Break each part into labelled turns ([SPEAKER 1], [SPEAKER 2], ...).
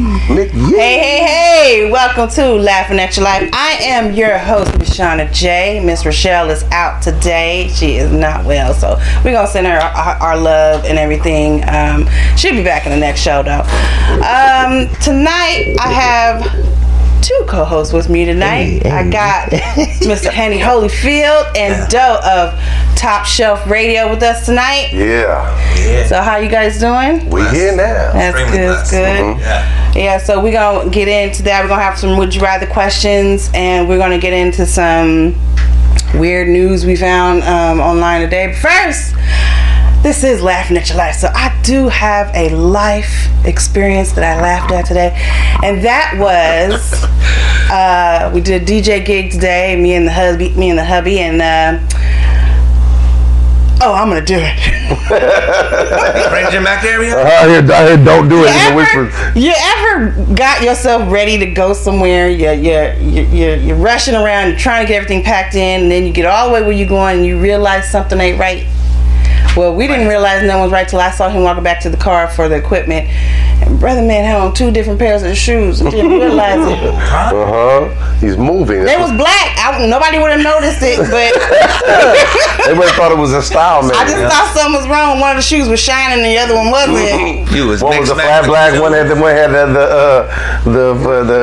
[SPEAKER 1] Nick, yeah.
[SPEAKER 2] Hey, hey, hey! Welcome to Laughing at Your Life. I am your host, Rashana J. Miss Rochelle is out today. She is not well, so we're gonna send her our, our love and everything. Um, she'll be back in the next show, though. Um, tonight I have two co-hosts with me
[SPEAKER 1] Hey,
[SPEAKER 2] tonight.
[SPEAKER 1] hey.
[SPEAKER 2] I got Mr. Henny Holyfield and Doe of Top Shelf Radio with us tonight.
[SPEAKER 1] Yeah.
[SPEAKER 2] So, how you guys doing?
[SPEAKER 1] We here now.
[SPEAKER 2] That's
[SPEAKER 3] Extremely
[SPEAKER 2] good.
[SPEAKER 3] blessed.
[SPEAKER 2] Good.
[SPEAKER 1] Mm-hmm.
[SPEAKER 3] Yeah.
[SPEAKER 2] Yeah, so we're gonna get into that. We're gonna have some would you rather questions, and we're gonna get into some weird news we found um, online today. But first, this is laughing at your life. So I do have a life experience that I laughed at today, and that was uh, we did a DJ gig today. Me and the hubby, me and the hubby, and uh, oh, I'm gonna do it.
[SPEAKER 3] Ranger back there, yeah?
[SPEAKER 1] I hear, I hear don't do it in the
[SPEAKER 2] ever,
[SPEAKER 1] whispers.
[SPEAKER 2] you ever got yourself ready to go somewhere? You're, you're, you're, you're rushing around, you're trying to get everything packed in, and then you get all the way where you're going and you realize something ain't right. Well, we didn't realize no one's right till I saw him walking back to the car for the equipment. And brother man had on two different pairs of shoes. We didn't realize it.
[SPEAKER 1] Uh huh. He's moving.
[SPEAKER 2] They was black. I, nobody would have noticed it, but
[SPEAKER 1] Everybody thought it was a style man.
[SPEAKER 2] I just thought something was wrong. One of the shoes was shining, the other one wasn't.
[SPEAKER 3] You was
[SPEAKER 1] One was
[SPEAKER 3] mixed
[SPEAKER 1] a flat
[SPEAKER 3] match
[SPEAKER 1] black,
[SPEAKER 3] with
[SPEAKER 1] one
[SPEAKER 3] the
[SPEAKER 1] had the one had the the uh, the uh, the,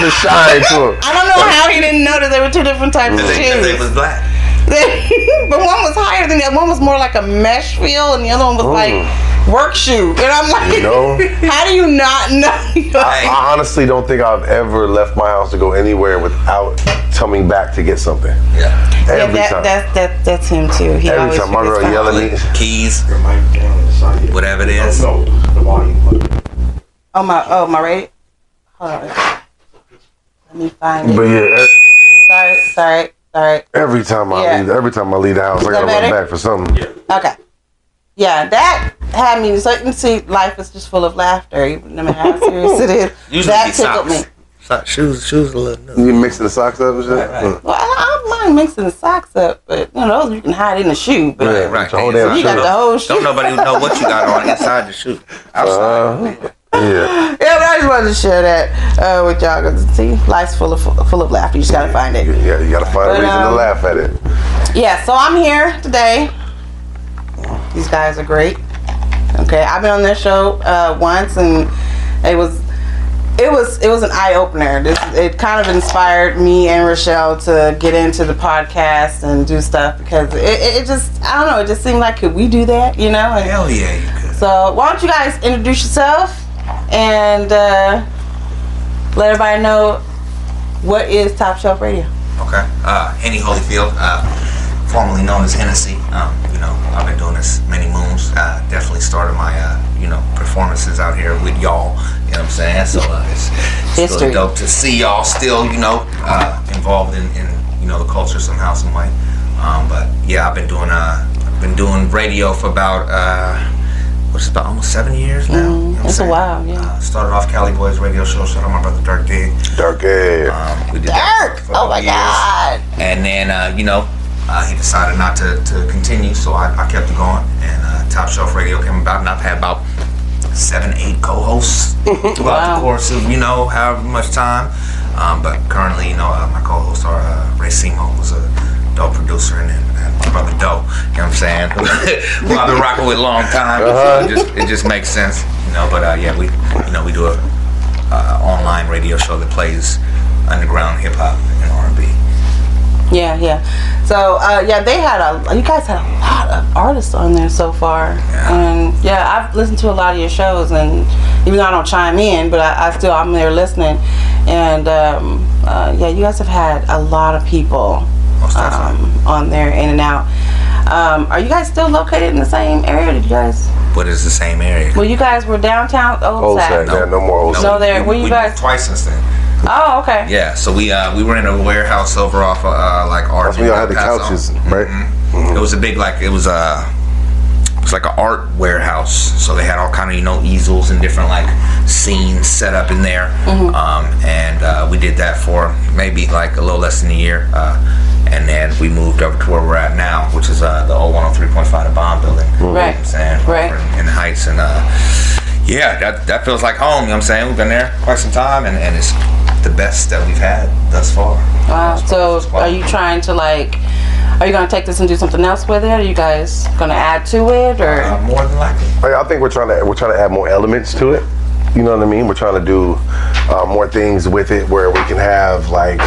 [SPEAKER 1] the shine to it.
[SPEAKER 2] I don't know how he didn't notice there were two different types of
[SPEAKER 3] other.
[SPEAKER 2] shoes.
[SPEAKER 3] They, they was black.
[SPEAKER 2] but one was higher than the other. One was more like a mesh feel, and the other one was like work shoe. And I'm like,
[SPEAKER 1] You know?
[SPEAKER 2] how do you not know?
[SPEAKER 3] Hey,
[SPEAKER 1] I honestly don't think I've ever left my house to go anywhere without coming back to get something.
[SPEAKER 3] yeah.
[SPEAKER 1] Every
[SPEAKER 2] yeah, that,
[SPEAKER 1] time.
[SPEAKER 2] that, that, that's him too. He
[SPEAKER 1] Every
[SPEAKER 2] always
[SPEAKER 1] time my
[SPEAKER 2] forgets
[SPEAKER 1] girl
[SPEAKER 2] something.
[SPEAKER 1] yell at me,
[SPEAKER 3] Keys,
[SPEAKER 4] the mic down on the side. Yeah.
[SPEAKER 3] whatever it is.
[SPEAKER 4] No, the volume. low.
[SPEAKER 2] Oh my, oh my radio. Hold on. Let me find it.
[SPEAKER 1] but yeah, e-
[SPEAKER 2] Sorry, sorry, sorry.
[SPEAKER 1] every time I
[SPEAKER 2] Yeah.
[SPEAKER 1] leave, every time I leave the house, I
[SPEAKER 2] that
[SPEAKER 1] gotta run
[SPEAKER 2] better?
[SPEAKER 1] back for something.
[SPEAKER 2] Okay. Yeah, that had me. So you can see, life is just full of laughter, even no matter how serious it is.
[SPEAKER 3] Usually
[SPEAKER 2] that
[SPEAKER 3] be
[SPEAKER 2] tickled
[SPEAKER 3] socks.
[SPEAKER 2] me.
[SPEAKER 3] Sock, shoes, shoes a little. No.
[SPEAKER 1] You mixing the socks up and shit. Mm.
[SPEAKER 2] Well, I I don't mind mixing the socks up, but you know those you can hide in the shoe. But
[SPEAKER 1] Yeah.
[SPEAKER 3] Right.
[SPEAKER 1] The whole
[SPEAKER 3] man,
[SPEAKER 1] damn
[SPEAKER 3] so
[SPEAKER 2] You
[SPEAKER 1] shoe.
[SPEAKER 2] got the whole shoe.
[SPEAKER 3] Don't nobody know what you got on inside the shoe. Outside.
[SPEAKER 1] Uh-huh. Yeah,
[SPEAKER 2] Yeah, but I just wanted to share that uh, with y'all because see, life's full of full of laughter. You just gotta find it.
[SPEAKER 1] yeah, you gotta find
[SPEAKER 2] But,
[SPEAKER 1] a reason
[SPEAKER 2] um,
[SPEAKER 1] to laugh at it.
[SPEAKER 2] Yeah, so I'm here today. These guys are great. Okay, I've been on their show uh, once, and it was it was it was an eye opener. This it kind of inspired me and Rochelle to get into the podcast and do stuff because it, it, it just I don't know. It just seemed like could we do that? You know. And,
[SPEAKER 3] Hell yeah, you could.
[SPEAKER 2] So why don't you guys introduce yourself and uh, let everybody know what is Top Shelf Radio?
[SPEAKER 3] Okay. Uh, Henny Holyfield, uh, formerly known as Hennessy. Um, you know, I've been doing this many moons. Uh, definitely started my, uh, you know, performances out here with y'all. You know what I'm saying? So uh, it's, it's
[SPEAKER 2] History.
[SPEAKER 3] really dope to see y'all still, you know, uh, involved in, in, you know, the culture somehow, some way. Um, but yeah, I've been doing, uh, I've been doing radio for about, uh, what's it, about almost seven years now. You know what I'm
[SPEAKER 2] It's a
[SPEAKER 3] saying?
[SPEAKER 2] while, yeah.
[SPEAKER 3] Uh, started off Cali Boys radio show. Shout out my brother Dirk Dig.
[SPEAKER 1] Dark air.
[SPEAKER 3] Um, we did that
[SPEAKER 2] Dirk!
[SPEAKER 3] for a
[SPEAKER 2] Oh
[SPEAKER 3] couple
[SPEAKER 2] my
[SPEAKER 3] years.
[SPEAKER 2] God!
[SPEAKER 3] And then, uh, you know, uh, he decided not to, to continue, so I, I kept it going. And uh, Top Shelf Radio came about, and I've had about seven, eight co hosts throughout
[SPEAKER 2] Wow.
[SPEAKER 3] the course of, you know, however much time. Um, but currently, you know, uh, my co hosts are uh, Ray Simo, who's a dope producer, and then and my brother Doe, you know what I'm saying? who I've been rocking with a long time. So it, just, it just makes sense, you know, but uh, yeah, we, you know, we do a uh, online radio show that plays underground hip hop and R&B.
[SPEAKER 2] Yeah, yeah. So uh, yeah, they had a you guys had a lot of artists on there so far,
[SPEAKER 3] Yeah.
[SPEAKER 2] and yeah, I've listened to a lot of your shows, and even though I don't chime in, but I, I still I'm there listening, and um, uh, yeah, you guys have had a lot of people
[SPEAKER 3] Most definitely.
[SPEAKER 2] um, on there in and out. Um, are you guys still located in the same area? Did you guys?
[SPEAKER 3] But it's the same area.
[SPEAKER 2] Well, you guys were downtown Old,
[SPEAKER 1] Old sack.
[SPEAKER 2] Sac.
[SPEAKER 1] Yeah, no more old
[SPEAKER 2] No,
[SPEAKER 1] sack.
[SPEAKER 2] there. Where you
[SPEAKER 3] we
[SPEAKER 2] guys-
[SPEAKER 3] twice since then.
[SPEAKER 2] Oh, okay.
[SPEAKER 3] Yeah, so we uh, we were in a warehouse over off of, uh, like our.
[SPEAKER 1] That's when y'all had the couches, right?
[SPEAKER 2] Mm-hmm.
[SPEAKER 3] It was a big like it was a it was like an art warehouse. So they had all kind of you know easels and different like scenes set up in there.
[SPEAKER 2] Mm-hmm.
[SPEAKER 3] Um, and uh, we did that for maybe like a little less than a year. Uh, and then we moved over to where we're at now, which oh is uh, the old 103.5 the Bomb Building. You know what
[SPEAKER 2] Right.
[SPEAKER 3] I'm saying?
[SPEAKER 2] Right.
[SPEAKER 3] Over In, in Heights and uh, yeah, that that feels like home. You know what I'm saying? We've been there quite some time, and, and it's the best that we've had thus far.
[SPEAKER 2] Wow. So are you trying to like? Are you gonna take this and do something else with it? Are you guys gonna add to it or?
[SPEAKER 3] Uh, more than likely.
[SPEAKER 1] Like, I think we're trying to we're trying to add more elements to it. You know what I mean? We're trying to do uh, more things with it where we can have like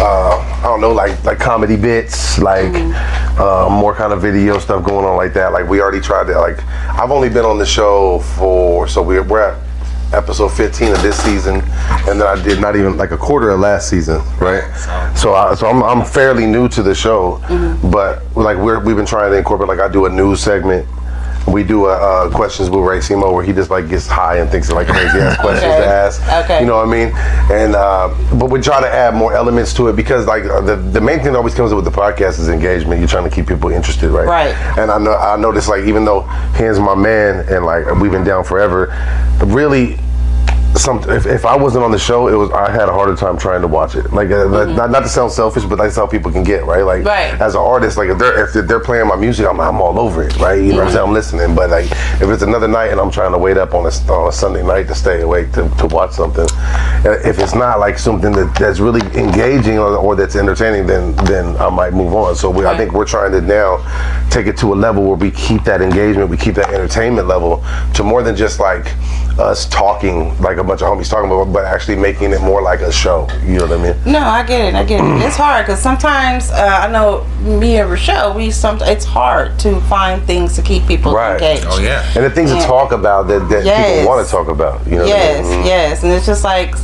[SPEAKER 1] uh, I don't know, like like comedy bits, like uh, more kind of video stuff going on like that. Like we already tried to like I've only been on the show for so we're, we're at episode 15 of this season and then I did not even like a quarter of last season right so I, so I'm, I'm fairly new to the show
[SPEAKER 2] Mm-hmm.
[SPEAKER 1] but like we're, we've been trying to incorporate like I do a news segment we do a uh, questions with Ray Simo where he just like gets high and thinks of like crazy ass questions
[SPEAKER 2] Okay.
[SPEAKER 1] to ask.
[SPEAKER 2] Okay.
[SPEAKER 1] You know what I mean? And uh, but we try to add more elements to it because like uh, the, the main thing that always comes up with the podcast is engagement. You're trying to keep people interested, right?
[SPEAKER 2] Right.
[SPEAKER 1] And I know I noticed like even though Han's my man and like we've been down forever, really some if, if I wasn't on the show, it was I had a harder time trying to watch it. Like uh, like, not, not to sound selfish, but that's how people can get right. Like
[SPEAKER 2] Right.
[SPEAKER 1] as an artist, like if they're if they're playing my music, I'm, I'm all over it. Right, you know what I'm saying? I'm listening, but like if it's another night and I'm trying to wait up on a, on a Sunday night to stay awake to, to watch something, uh, if it's not like something that, that's really engaging or, or that's entertaining, then then I might move on. So we, I
[SPEAKER 2] Right.
[SPEAKER 1] think we're trying to now take it to a level where we keep that engagement, we keep that entertainment level to more than just like us talking like a bunch of homies talking about, but actually making it more like a show. You know what I mean?
[SPEAKER 2] No, I get it. I get it. It's hard because sometimes uh, I know me and Rochelle. We some. It's hard to find things to keep people
[SPEAKER 1] Right.
[SPEAKER 2] engaged.
[SPEAKER 3] Oh yeah.
[SPEAKER 1] And the things to talk about that, that
[SPEAKER 2] Yes.
[SPEAKER 1] people want to talk about. You know what I mean?
[SPEAKER 2] Yes, yes, and it's just like,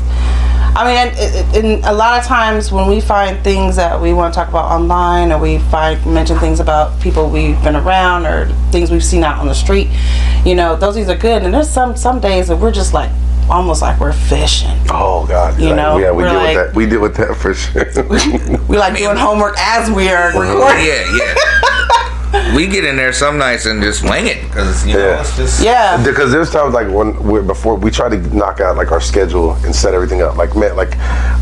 [SPEAKER 2] I mean, and, and- and a lot of times when we find things that we want to talk about online, or we find mention things about people we've been around, or things we've seen out on the street, you know, those things are good. And there's some some days that we're just like almost like we're fishing.
[SPEAKER 1] Oh God!
[SPEAKER 2] You
[SPEAKER 1] Like,
[SPEAKER 2] know,
[SPEAKER 1] yeah, we
[SPEAKER 2] we're
[SPEAKER 1] deal
[SPEAKER 2] like-
[SPEAKER 1] with that. We deal with that for sure.
[SPEAKER 2] We like doing homework as we are recording.
[SPEAKER 3] Yeah, yeah. we get in there some nights and just wing it because you know
[SPEAKER 1] Yeah.
[SPEAKER 3] it's just
[SPEAKER 2] Yeah.
[SPEAKER 1] because there's times like when we're before we try to knock out like our schedule and set everything up. Like man, like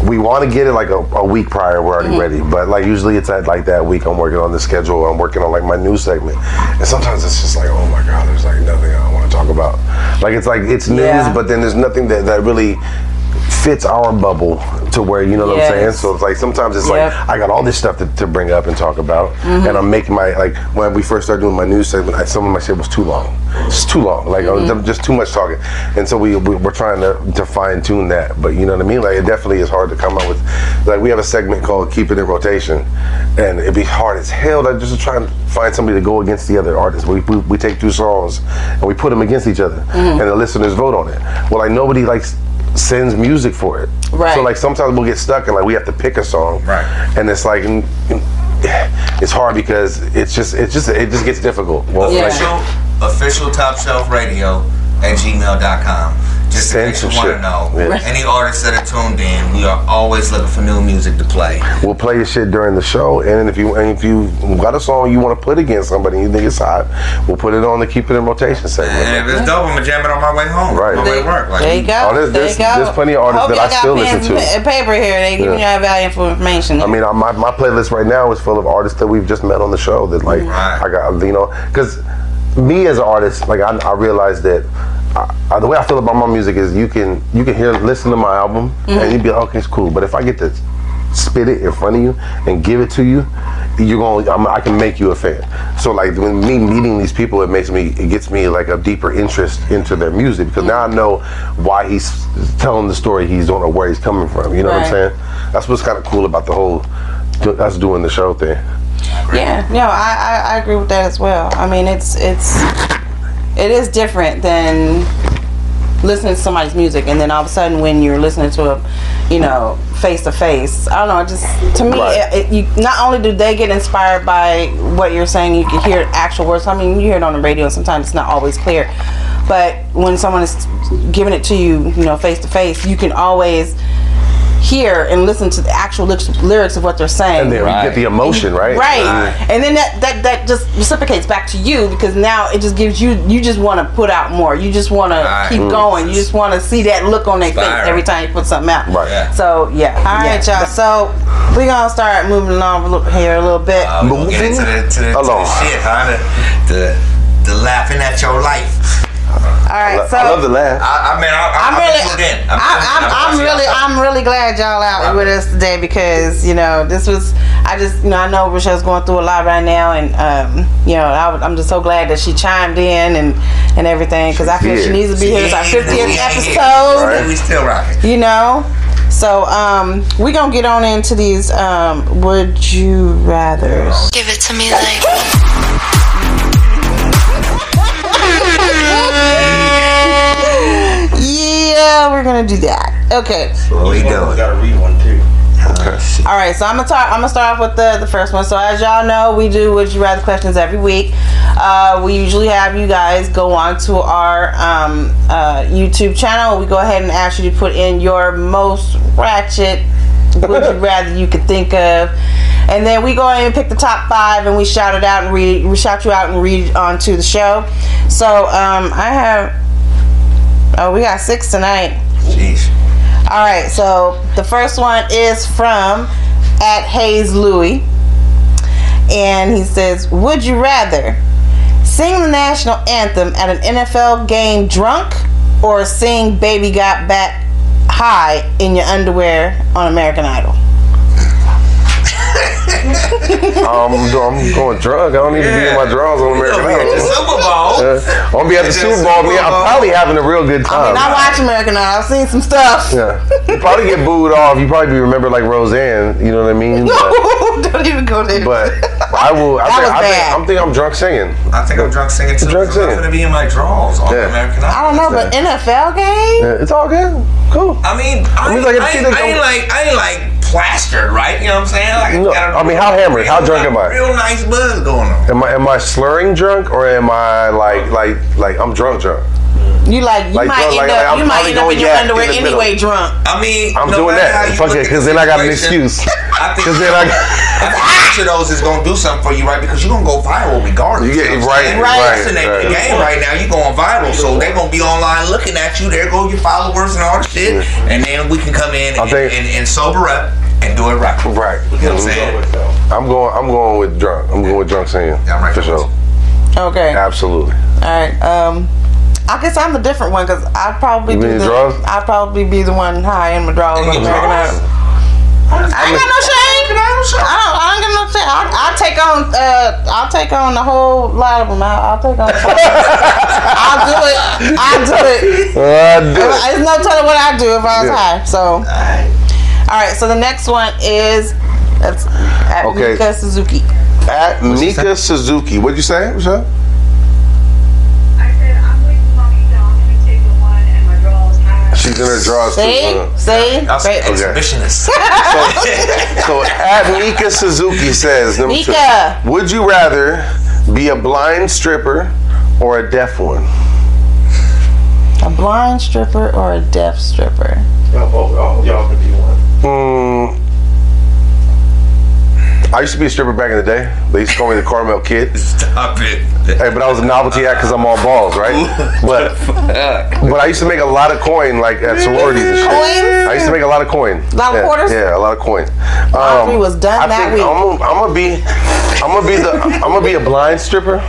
[SPEAKER 1] we want to get it like a, a week prior. We're
[SPEAKER 2] Mm-hmm.
[SPEAKER 1] already ready, but like usually it's at like that week. I'm working on the schedule. I'm working on like my new segment, and sometimes it's just like, oh my God, there's like nothing I want to talk about. Like it's like it's news,
[SPEAKER 2] Yeah.
[SPEAKER 1] but then there's nothing that that really fits our bubble to where you know what I'm saying.
[SPEAKER 2] Yes.
[SPEAKER 1] So it's like sometimes it's
[SPEAKER 2] Yep. Mm-hmm.
[SPEAKER 1] like I got all this stuff to, to bring up and talk about, and I'm making my like when we first started doing my news segment, I, some of my shit was too long. It's too long, like uh,
[SPEAKER 2] Mm-hmm.
[SPEAKER 1] th- just too much talking, and so we, we we're trying to, to fine tune that. But you know what I mean? Like it definitely is hard to come up with. Like we have a segment called "Keeping It in Rotation," and it'd be hard as hell to just try and find somebody to go against the other artist. We we, we take two songs and we put them against each other, and
[SPEAKER 2] Mm-hmm.
[SPEAKER 1] the listeners vote on it. Well, like nobody likes sends music for it.
[SPEAKER 2] Right.
[SPEAKER 1] So like sometimes we'll get stuck and like we have to pick a song.
[SPEAKER 3] Right.
[SPEAKER 1] And it's like mm, mm, it's hard because it's just it's just it just gets difficult. Well,
[SPEAKER 2] Yeah.
[SPEAKER 1] like,
[SPEAKER 3] official official top shelf radio at gmail.com just in
[SPEAKER 1] Send
[SPEAKER 3] case you
[SPEAKER 1] some
[SPEAKER 3] want to
[SPEAKER 1] shit.
[SPEAKER 3] know
[SPEAKER 1] Yeah.
[SPEAKER 3] any artists that are tuned in we are always looking for new music to play
[SPEAKER 1] we'll play your shit during the show, and if you and if you got a song you want to put against somebody you think it's hot, we'll put it on the keep it in rotation segment.
[SPEAKER 3] and if it's dope I'm gonna jam it on my way home
[SPEAKER 1] Right.
[SPEAKER 3] on my way to work like
[SPEAKER 2] There you go.
[SPEAKER 1] Oh, there's-
[SPEAKER 2] there you
[SPEAKER 1] there's-
[SPEAKER 2] go.
[SPEAKER 1] there's plenty of artists
[SPEAKER 2] Hope
[SPEAKER 1] that
[SPEAKER 2] y'all
[SPEAKER 1] I
[SPEAKER 2] got
[SPEAKER 1] still
[SPEAKER 2] pens
[SPEAKER 1] listen to.
[SPEAKER 2] and pa- paper here. They giving
[SPEAKER 1] Yeah.
[SPEAKER 2] y'all valuable information.
[SPEAKER 1] I mean, I, my my playlist right now is full of artists that we've just met on the show. That like
[SPEAKER 3] Right.
[SPEAKER 1] I got you know because me as an artist, like I, I realize that. I, I, the way I feel about my music is you can you can hear listen to my album and you'd be like okay it's cool but if I get to spit it in front of you and give it to you you're gonna I'm, I can make you a fan so like when me meeting these people it makes me it gets me like a deeper interest into their music because now I know why he's telling the story he's doing or where he's coming from you know what I'm
[SPEAKER 2] Right.
[SPEAKER 1] saying that's what's kind of cool about the whole do- us doing the show thing.
[SPEAKER 2] Yeah, no, I, I, I agree with that as well. I mean, it's it's it is different than listening to somebody's music, and then all of a sudden, when you're listening to a, you know, face to face, I don't know. it Just to me,
[SPEAKER 1] Right.
[SPEAKER 2] it, it, you not only do they get inspired by what you're saying, you can hear actual words. I mean, you hear it on the radio, and sometimes it's not always clear. But when someone is giving it to you, you know, face to face, you can always hear and listen to the actual ly- lyrics of what they're saying.
[SPEAKER 1] And then you
[SPEAKER 3] Right.
[SPEAKER 1] get the emotion, right?
[SPEAKER 2] Right. And then that, that that just reciprocates back to you because now it just gives you you just want to put out more. You just want to
[SPEAKER 3] Right.
[SPEAKER 2] keep
[SPEAKER 3] Mm.
[SPEAKER 2] going. You just want to see that look on their face
[SPEAKER 3] Fire.
[SPEAKER 2] every time you put something out.
[SPEAKER 1] Right.
[SPEAKER 3] Yeah.
[SPEAKER 2] So yeah. All right, y'all. So we gonna start moving along a little- here a little bit.
[SPEAKER 3] Uh, we'll get into the, to the, to the
[SPEAKER 1] Hello.
[SPEAKER 3] shit, huh? The, the, the laughing at your life.
[SPEAKER 2] All right, so
[SPEAKER 1] I love the laugh.
[SPEAKER 3] I, I mean, I, I,
[SPEAKER 2] I'm really,
[SPEAKER 3] put it in.
[SPEAKER 2] I'm, I'm, I'm,
[SPEAKER 3] put it
[SPEAKER 2] really,
[SPEAKER 3] in.
[SPEAKER 2] I'm really glad y'all out with us today because you know this was. I just, you know, I know Rochelle's going through a lot right now, and um, you know, I, am just so glad that she chimed in and and everything because I feel
[SPEAKER 1] She
[SPEAKER 2] she
[SPEAKER 1] did.
[SPEAKER 2] needs to be here. It's our
[SPEAKER 3] Yeah,
[SPEAKER 2] 50th
[SPEAKER 3] yeah,
[SPEAKER 2] episode,
[SPEAKER 3] yeah. We still rocking.
[SPEAKER 2] you know. So um, we gonna get on into these. Um, would you rather?
[SPEAKER 5] Give it to me like.
[SPEAKER 2] Yeah, we're gonna do that. Okay.
[SPEAKER 3] What we
[SPEAKER 4] You
[SPEAKER 3] doing?
[SPEAKER 4] gotta read one too.
[SPEAKER 2] All right, so I'm gonna start. I'm gonna start off with the the first one. So as y'all know, we do would you rather questions every week. Uh, we usually have you guys go on to our um, uh, YouTube channel. We go ahead and ask you to put in your most ratchet would you rather you could think of, and then we go in and pick the top five, and we shout it out and read. We shout you out and read onto the show. So um, I have. Oh, we got six tonight.
[SPEAKER 3] Jeez.
[SPEAKER 2] All right, so the first one is from at Hayes Louie, and he says, "Would you rather sing the national anthem at an NFL game drunk, or sing Baby Got Back high in your underwear on American Idol?"
[SPEAKER 1] Um, I'm going drug. I don't need to be in my drawers on American
[SPEAKER 3] Over here at the
[SPEAKER 1] Idol.
[SPEAKER 3] Super Bowl.
[SPEAKER 1] Uh, I'm gonna be at the Super Bowl. Me, I'm probably having a real good time.
[SPEAKER 2] And I watch American Idol. I've seen some stuff.
[SPEAKER 1] Oh, yeah, you probably get booed off. You probably be remembered like Roseanne. You know what I mean? But,
[SPEAKER 2] Don't even go there.
[SPEAKER 1] but I will. I
[SPEAKER 2] That
[SPEAKER 1] think,
[SPEAKER 2] was
[SPEAKER 1] I think,
[SPEAKER 2] bad.
[SPEAKER 1] I'm think I'm drunk singing.
[SPEAKER 3] I think I'm drunk singing too.
[SPEAKER 1] Drunk
[SPEAKER 3] so
[SPEAKER 1] singing.
[SPEAKER 3] I'm gonna be in my drawers on
[SPEAKER 1] Yeah.
[SPEAKER 3] American Idol.
[SPEAKER 2] I don't know, but NFL game.
[SPEAKER 1] Yeah, it's all good. Cool.
[SPEAKER 3] I mean, I,
[SPEAKER 1] I mean,
[SPEAKER 3] ain't-
[SPEAKER 1] like, if
[SPEAKER 3] I,
[SPEAKER 1] she
[SPEAKER 3] ain't-
[SPEAKER 1] think
[SPEAKER 3] I ain't
[SPEAKER 1] I'm-
[SPEAKER 3] like I ain't like plastered, right? You know what I'm saying? Like,
[SPEAKER 1] No,
[SPEAKER 3] got a
[SPEAKER 1] I mean, how hammered? How drunk am I?
[SPEAKER 3] Real nice buzz going on.
[SPEAKER 1] Am I am I slurring drunk or am I like like like I'm drunk drunk?
[SPEAKER 2] You like you
[SPEAKER 1] Like, bro,
[SPEAKER 2] might end
[SPEAKER 1] like,
[SPEAKER 2] up
[SPEAKER 1] like, I'm
[SPEAKER 2] you might
[SPEAKER 1] probably
[SPEAKER 2] end up
[SPEAKER 1] going
[SPEAKER 2] in your
[SPEAKER 1] yak in
[SPEAKER 2] underwear
[SPEAKER 1] the middle.
[SPEAKER 2] anyway, drunk.
[SPEAKER 3] I mean,
[SPEAKER 1] I'm
[SPEAKER 3] no
[SPEAKER 1] doing
[SPEAKER 3] matter how
[SPEAKER 1] that.
[SPEAKER 3] you
[SPEAKER 1] Fuck it,
[SPEAKER 3] look at
[SPEAKER 1] because then
[SPEAKER 3] the
[SPEAKER 1] I got an
[SPEAKER 3] situation,
[SPEAKER 1] excuse.
[SPEAKER 3] I think
[SPEAKER 1] Because then I.
[SPEAKER 3] I think each of those is gonna do something for you, right? Because you're gonna go viral regardless.
[SPEAKER 1] You get-
[SPEAKER 3] know what
[SPEAKER 1] right,
[SPEAKER 3] I'm saying?
[SPEAKER 1] right,
[SPEAKER 3] That's the name of the
[SPEAKER 1] right.
[SPEAKER 3] game right now. You're going viral, so they're gonna be online looking at you. There go your followers and all the shit, and then we can come in
[SPEAKER 1] I
[SPEAKER 3] and,
[SPEAKER 1] think-
[SPEAKER 3] and, and sober up and do it right.
[SPEAKER 1] Right.
[SPEAKER 3] You know what I'm saying?
[SPEAKER 1] I'm going. I'm going with drunk. I'm going with drunk singing.
[SPEAKER 3] Yeah, I'm right
[SPEAKER 1] for
[SPEAKER 3] there with
[SPEAKER 1] sure.
[SPEAKER 2] Okay.
[SPEAKER 1] Absolutely.
[SPEAKER 2] All right. Um, I guess I'm the different one because I'd probably
[SPEAKER 1] You
[SPEAKER 2] be
[SPEAKER 1] mean
[SPEAKER 2] the
[SPEAKER 1] drugs?
[SPEAKER 2] I'd probably be the one high in my drawers on
[SPEAKER 3] You
[SPEAKER 2] American
[SPEAKER 3] drugs?
[SPEAKER 2] Idol. I ain't got no shame. I don't. I don't get no shame. I, I'll take on. Uh, I'll take on the whole lot of them. I'll, I'll take on. I'll do it. I'll do it.
[SPEAKER 1] Uh, do it.
[SPEAKER 2] There's no telling what I'd do if I was
[SPEAKER 1] Yeah.
[SPEAKER 2] high. So. All right. So the next one is. That's at
[SPEAKER 1] Okay.
[SPEAKER 2] Mika Suzuki.
[SPEAKER 1] At Mika Suzuki. What'd you say? What's up?
[SPEAKER 6] I said, I'm with Mommy Dom. Let me take the one and my drawers. Hi.
[SPEAKER 1] She's in her drawers too.
[SPEAKER 2] See,
[SPEAKER 1] huh?
[SPEAKER 2] see,
[SPEAKER 3] That's
[SPEAKER 2] Great.
[SPEAKER 3] an exhibitionist.
[SPEAKER 1] So at Mika Suzuki says number
[SPEAKER 2] Mika.
[SPEAKER 1] two. Would you rather be a blind stripper or a deaf one?
[SPEAKER 2] A blind stripper or a deaf stripper?
[SPEAKER 4] Y'all both, all y'all could be one.
[SPEAKER 1] Mm, I used to be a stripper back in the day. They used to call me the Carmel Kid.
[SPEAKER 3] Stop it.
[SPEAKER 1] Hey, but I was a novelty act because I'm all balls, right? But but I used to make a lot of coin, like at sororities and shit.
[SPEAKER 2] Coin?
[SPEAKER 1] I used to make a lot of coin. A
[SPEAKER 2] Lot of
[SPEAKER 1] yeah,
[SPEAKER 2] quarters?
[SPEAKER 1] Yeah, a lot of coin. Um,
[SPEAKER 2] Audrey was done that week.
[SPEAKER 1] I'm, gonna- I'm gonna be, I'm gonna be the, I'm gonna be a blind stripper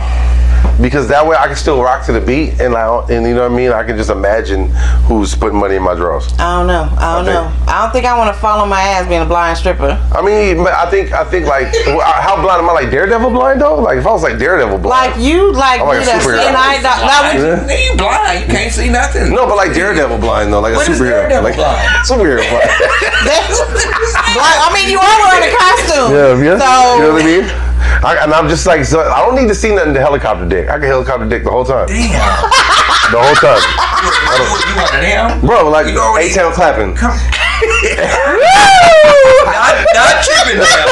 [SPEAKER 1] because that way I can still rock to the beat and I and you know what I mean. I can just imagine who's putting money in my drawers.
[SPEAKER 2] I don't know. I don't
[SPEAKER 1] I
[SPEAKER 2] know.
[SPEAKER 1] think-
[SPEAKER 2] I don't think I want to fall on my ass being a blind stripper.
[SPEAKER 1] I mean, but I think I think like wh- how blind am I? Like Daredevil blind though? Like if I was like Daredevil blind.
[SPEAKER 2] Like you, like
[SPEAKER 1] I'm like a
[SPEAKER 2] you that
[SPEAKER 1] superhero.
[SPEAKER 2] seeing eye doc- now we-
[SPEAKER 1] Yeah.
[SPEAKER 3] you blind. You can't see nothing.
[SPEAKER 1] no, but like Daredevil blind though, like
[SPEAKER 3] What
[SPEAKER 1] a
[SPEAKER 3] is
[SPEAKER 1] superhero,
[SPEAKER 3] Daredevil
[SPEAKER 1] like
[SPEAKER 3] blind?
[SPEAKER 1] superhero blind.
[SPEAKER 2] Like, I mean, you are wearing a costume.
[SPEAKER 1] Yeah, yeah.
[SPEAKER 2] So
[SPEAKER 1] you know what I mean? I, and I'm just like, so I don't need to see nothing to helicopter dick. I can helicopter dick the whole time. The
[SPEAKER 3] Damn. You
[SPEAKER 1] whole time.
[SPEAKER 3] want to damn?
[SPEAKER 1] Bro, like,
[SPEAKER 3] You already-
[SPEAKER 1] A Town clapping.
[SPEAKER 3] Come. not, not tripping, Joe.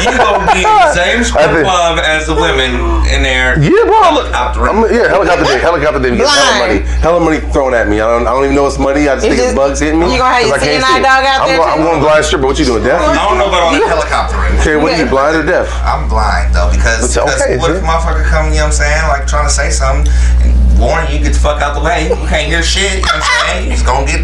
[SPEAKER 3] You gonna be in the same
[SPEAKER 1] I
[SPEAKER 3] strip
[SPEAKER 1] think-
[SPEAKER 3] club as the women in there.
[SPEAKER 1] Yeah, bro. I'm,
[SPEAKER 3] Helicopter.
[SPEAKER 1] I'm, yeah, helicopter dick. Helicopter dick. Get hella money.
[SPEAKER 2] Blind.
[SPEAKER 1] Hella money thrown at me. I don't, I don't even know it's money. I just
[SPEAKER 2] You
[SPEAKER 1] think it's
[SPEAKER 2] just-
[SPEAKER 1] bugs hitting me.
[SPEAKER 2] you gonna have
[SPEAKER 1] 'cause I
[SPEAKER 2] your
[SPEAKER 1] can't
[SPEAKER 2] seeing eye
[SPEAKER 1] see.
[SPEAKER 2] dog out
[SPEAKER 1] I'm
[SPEAKER 2] there
[SPEAKER 1] Going,
[SPEAKER 2] too?
[SPEAKER 1] I'm going blind stripper. What you doing,
[SPEAKER 3] I
[SPEAKER 1] deaf?
[SPEAKER 3] don't know about all that helicoptering.
[SPEAKER 1] Okay, what are you, blind or deaf?
[SPEAKER 3] I'm blind though because,
[SPEAKER 1] It's
[SPEAKER 3] because
[SPEAKER 1] okay,
[SPEAKER 3] what
[SPEAKER 1] sir.
[SPEAKER 3] if motherfucker come, you know what I'm saying, like trying to say something and warn you, get the fuck out the way. You can't hear shit, you know what I'm saying? You just gonna get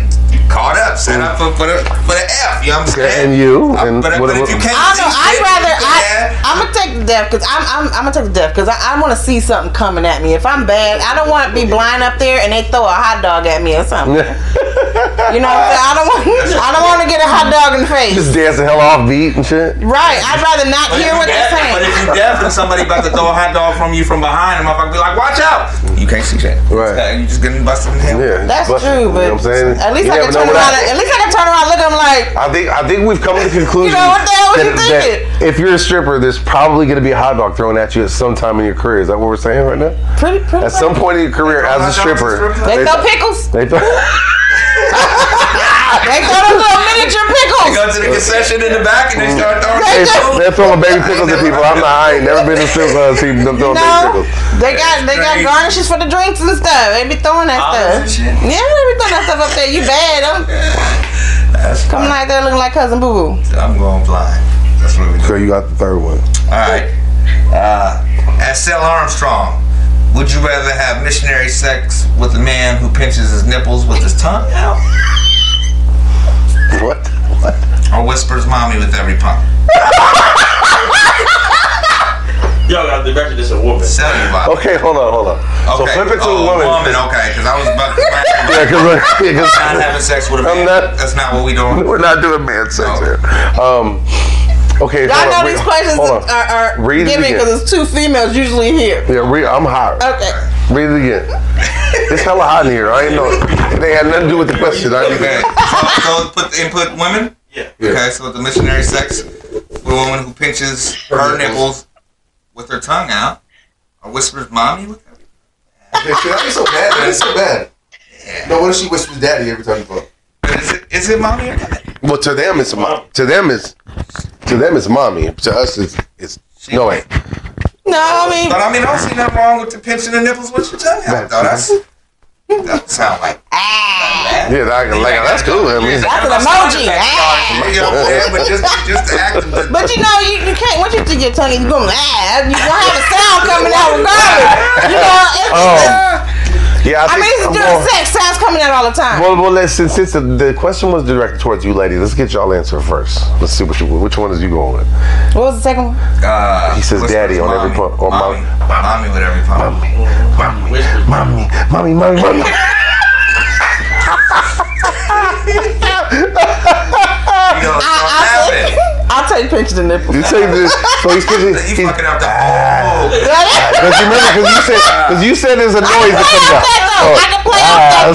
[SPEAKER 3] caught up. up. Set up for, for, the, for the F. You know what I'm saying?
[SPEAKER 1] And you,
[SPEAKER 3] Uh,
[SPEAKER 1] and
[SPEAKER 3] but,
[SPEAKER 1] what- what-
[SPEAKER 3] but if you can't
[SPEAKER 2] I don't know.
[SPEAKER 3] teach
[SPEAKER 2] I'd
[SPEAKER 3] it,
[SPEAKER 2] rather
[SPEAKER 3] yeah.
[SPEAKER 2] I, I'm gonna take the death because I'm, I'm I'm gonna take the death because I, I want to see something coming at me. If I'm bad, I don't want to be blind up there and they throw a hot dog at me or something. You know, what I'm saying? I don't want I don't want to get a hot dog in the face.
[SPEAKER 1] Just dance the hell off beat and shit.
[SPEAKER 2] Right. I'd rather not hear what they're
[SPEAKER 3] But if
[SPEAKER 2] saying.
[SPEAKER 3] you deaf and somebody about to throw a hot dog from you from behind, the motherfucker be like, "Watch out!" You can't see shit.
[SPEAKER 1] Right.
[SPEAKER 3] You just getting busted in the head.
[SPEAKER 1] Yeah,
[SPEAKER 2] That's
[SPEAKER 1] busted,
[SPEAKER 2] true, but
[SPEAKER 1] you know what I'm saying?
[SPEAKER 2] at least
[SPEAKER 1] You
[SPEAKER 2] I
[SPEAKER 1] never
[SPEAKER 2] can
[SPEAKER 1] know
[SPEAKER 2] turn
[SPEAKER 1] what
[SPEAKER 2] around.
[SPEAKER 1] I-
[SPEAKER 2] and- At least I can turn around, and look at them like
[SPEAKER 1] I think I think we've come to the conclusion.
[SPEAKER 2] what the hell was you
[SPEAKER 1] that- that
[SPEAKER 2] thinking?
[SPEAKER 1] if you're a stripper, there's probably going to be a hot dog thrown at you at some time in your career. Is that what we're saying right now?
[SPEAKER 2] pretty pretty.
[SPEAKER 1] At some point in your career as a
[SPEAKER 3] hot dogs at
[SPEAKER 1] stripper,
[SPEAKER 3] strip clubs?
[SPEAKER 2] they throw pickles.
[SPEAKER 1] They throw.
[SPEAKER 2] They throw them little miniature
[SPEAKER 3] They go
[SPEAKER 2] pickles.
[SPEAKER 3] to the concession in the back and they start throwing.
[SPEAKER 2] They
[SPEAKER 3] shit.
[SPEAKER 2] just-
[SPEAKER 1] They're throwing baby pickles at people. I'm not. I ain't never been to strip club and seen them throwing
[SPEAKER 2] No,
[SPEAKER 1] baby pickles.
[SPEAKER 2] they got they got
[SPEAKER 3] Crazy.
[SPEAKER 2] garnishes for the drinks and stuff. They be throwing that
[SPEAKER 3] Olives and
[SPEAKER 2] stuff. Yeah, they
[SPEAKER 3] shit.
[SPEAKER 2] be throwing that stuff up there. You bad? I'm
[SPEAKER 3] That's
[SPEAKER 2] coming
[SPEAKER 3] fine.
[SPEAKER 2] out there looking like cousin Boo Boo.
[SPEAKER 3] I'm going blind. That's what we do.
[SPEAKER 1] So you got the third one.
[SPEAKER 3] All right. Uh, S.L. Armstrong. Would you rather have missionary sex with a man who pinches his nipples with his tongue out,
[SPEAKER 1] What?
[SPEAKER 3] or whispers "mommy" with every pump?
[SPEAKER 4] Y'all got to record this a woman.
[SPEAKER 3] Tell you about it.
[SPEAKER 1] Okay, hold on, hold on. So
[SPEAKER 3] Okay.
[SPEAKER 1] flip it to
[SPEAKER 3] oh,
[SPEAKER 1] a woman.
[SPEAKER 3] okay, because I was about to.
[SPEAKER 1] Yeah, because
[SPEAKER 3] not having sex with a man.
[SPEAKER 1] I'm not-
[SPEAKER 3] That's not what we doing.
[SPEAKER 1] we're not doing man sex
[SPEAKER 3] No.
[SPEAKER 1] here. Um, okay,
[SPEAKER 2] Y'all
[SPEAKER 1] hold on.
[SPEAKER 2] know
[SPEAKER 1] re-
[SPEAKER 2] these questions
[SPEAKER 1] hold on.
[SPEAKER 2] are, are
[SPEAKER 1] Read it
[SPEAKER 2] given
[SPEAKER 1] again.
[SPEAKER 2] because it's two females usually here.
[SPEAKER 1] Yeah, re- I'm hot.
[SPEAKER 2] Okay.
[SPEAKER 1] Read it again. It's hella hot in here. I ain't know. They had nothing to do with the question. I didn't
[SPEAKER 3] Okay, so, so put input women.
[SPEAKER 4] Yeah.
[SPEAKER 3] Okay, so the missionary sex with a woman who pinches her nipples with her tongue out, or whispers "mommy" with her.
[SPEAKER 5] That'd be so bad. That'd be so bad. No, what if she whispers daddy every time you fuck?
[SPEAKER 3] Is it is it mommy or not?
[SPEAKER 1] Well, to them it's mom. To them it's to them it's mommy. To us it's it's no wait.
[SPEAKER 2] No, I mean,
[SPEAKER 3] But I mean, I don't see nothing wrong with the pinching the nipples with your tongue out. Though. That's that don't sound like. that.
[SPEAKER 1] Yeah, like, like that's cool. I mean,
[SPEAKER 2] that's an emoji. Ah.
[SPEAKER 3] You know what I'm saying? But just, just the act of the-
[SPEAKER 2] But you know, you, you can't. Once you to your tongue, you going ah. You gonna have a sound coming out regardless. You know, it's,
[SPEAKER 1] Oh.
[SPEAKER 2] uh,
[SPEAKER 1] yeah, I,
[SPEAKER 2] I
[SPEAKER 1] think,
[SPEAKER 2] mean, it's
[SPEAKER 1] well,
[SPEAKER 2] during sex. Sounds coming out all the time.
[SPEAKER 1] Well, well, let's since, since the, the question was directed towards you, ladies, let's get y'all answer first. Let's see what you, which one is you going with.
[SPEAKER 2] What was the second one?
[SPEAKER 3] Uh,
[SPEAKER 1] He says
[SPEAKER 3] whispers
[SPEAKER 1] daddy on every
[SPEAKER 3] mommy,
[SPEAKER 1] pump, or
[SPEAKER 3] mommy, mommy with every pump.
[SPEAKER 4] Whispers.
[SPEAKER 1] Mommy, mommy, mommy, mommy.
[SPEAKER 3] You know,
[SPEAKER 2] I-
[SPEAKER 3] stop laughing.
[SPEAKER 2] I'll take pictures of nipples.
[SPEAKER 1] You say this, so he's picking.
[SPEAKER 3] You
[SPEAKER 1] He's,
[SPEAKER 3] fucking up the whole.
[SPEAKER 1] because remember, because you said, because you said there's a noise
[SPEAKER 2] I can play off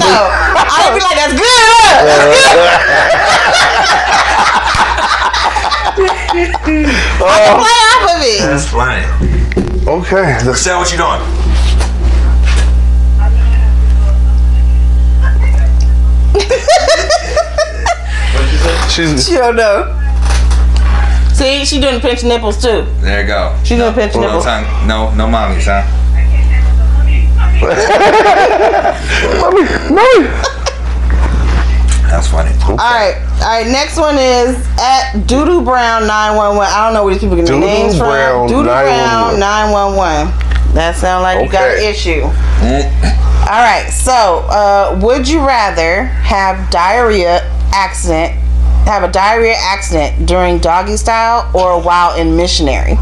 [SPEAKER 1] that
[SPEAKER 2] that though. I can play off that though. I'd be like, that's good. huh?
[SPEAKER 1] comes out.
[SPEAKER 2] Play off of it.
[SPEAKER 3] That's funny.
[SPEAKER 1] Oh, okay, that's
[SPEAKER 3] Sal, what you doing?
[SPEAKER 6] I'm gonna have to go. I'm gonna-
[SPEAKER 1] she's.
[SPEAKER 2] She don't know. See, she doing pinch nipples too.
[SPEAKER 3] There you go.
[SPEAKER 2] She doing pinch
[SPEAKER 3] No
[SPEAKER 2] nipples.
[SPEAKER 3] tongue. No, no mommies, huh?
[SPEAKER 6] I can't handle the money. I
[SPEAKER 1] Mommy,
[SPEAKER 6] mean,
[SPEAKER 1] mommy.
[SPEAKER 3] That's funny.
[SPEAKER 2] All right, all right. Next one is at Doodoo Brown nine one one. I don't know where these people get their
[SPEAKER 1] Doodoo
[SPEAKER 2] names
[SPEAKER 1] Brown
[SPEAKER 2] from. Doodoo
[SPEAKER 1] 911.
[SPEAKER 2] Brown nine one one. That sound like you got an
[SPEAKER 1] Okay.
[SPEAKER 2] issue.
[SPEAKER 3] Mm.
[SPEAKER 2] All right. So, uh, would you rather have diarrhea accident, have a diarrhea accident during doggy style, or while in missionary?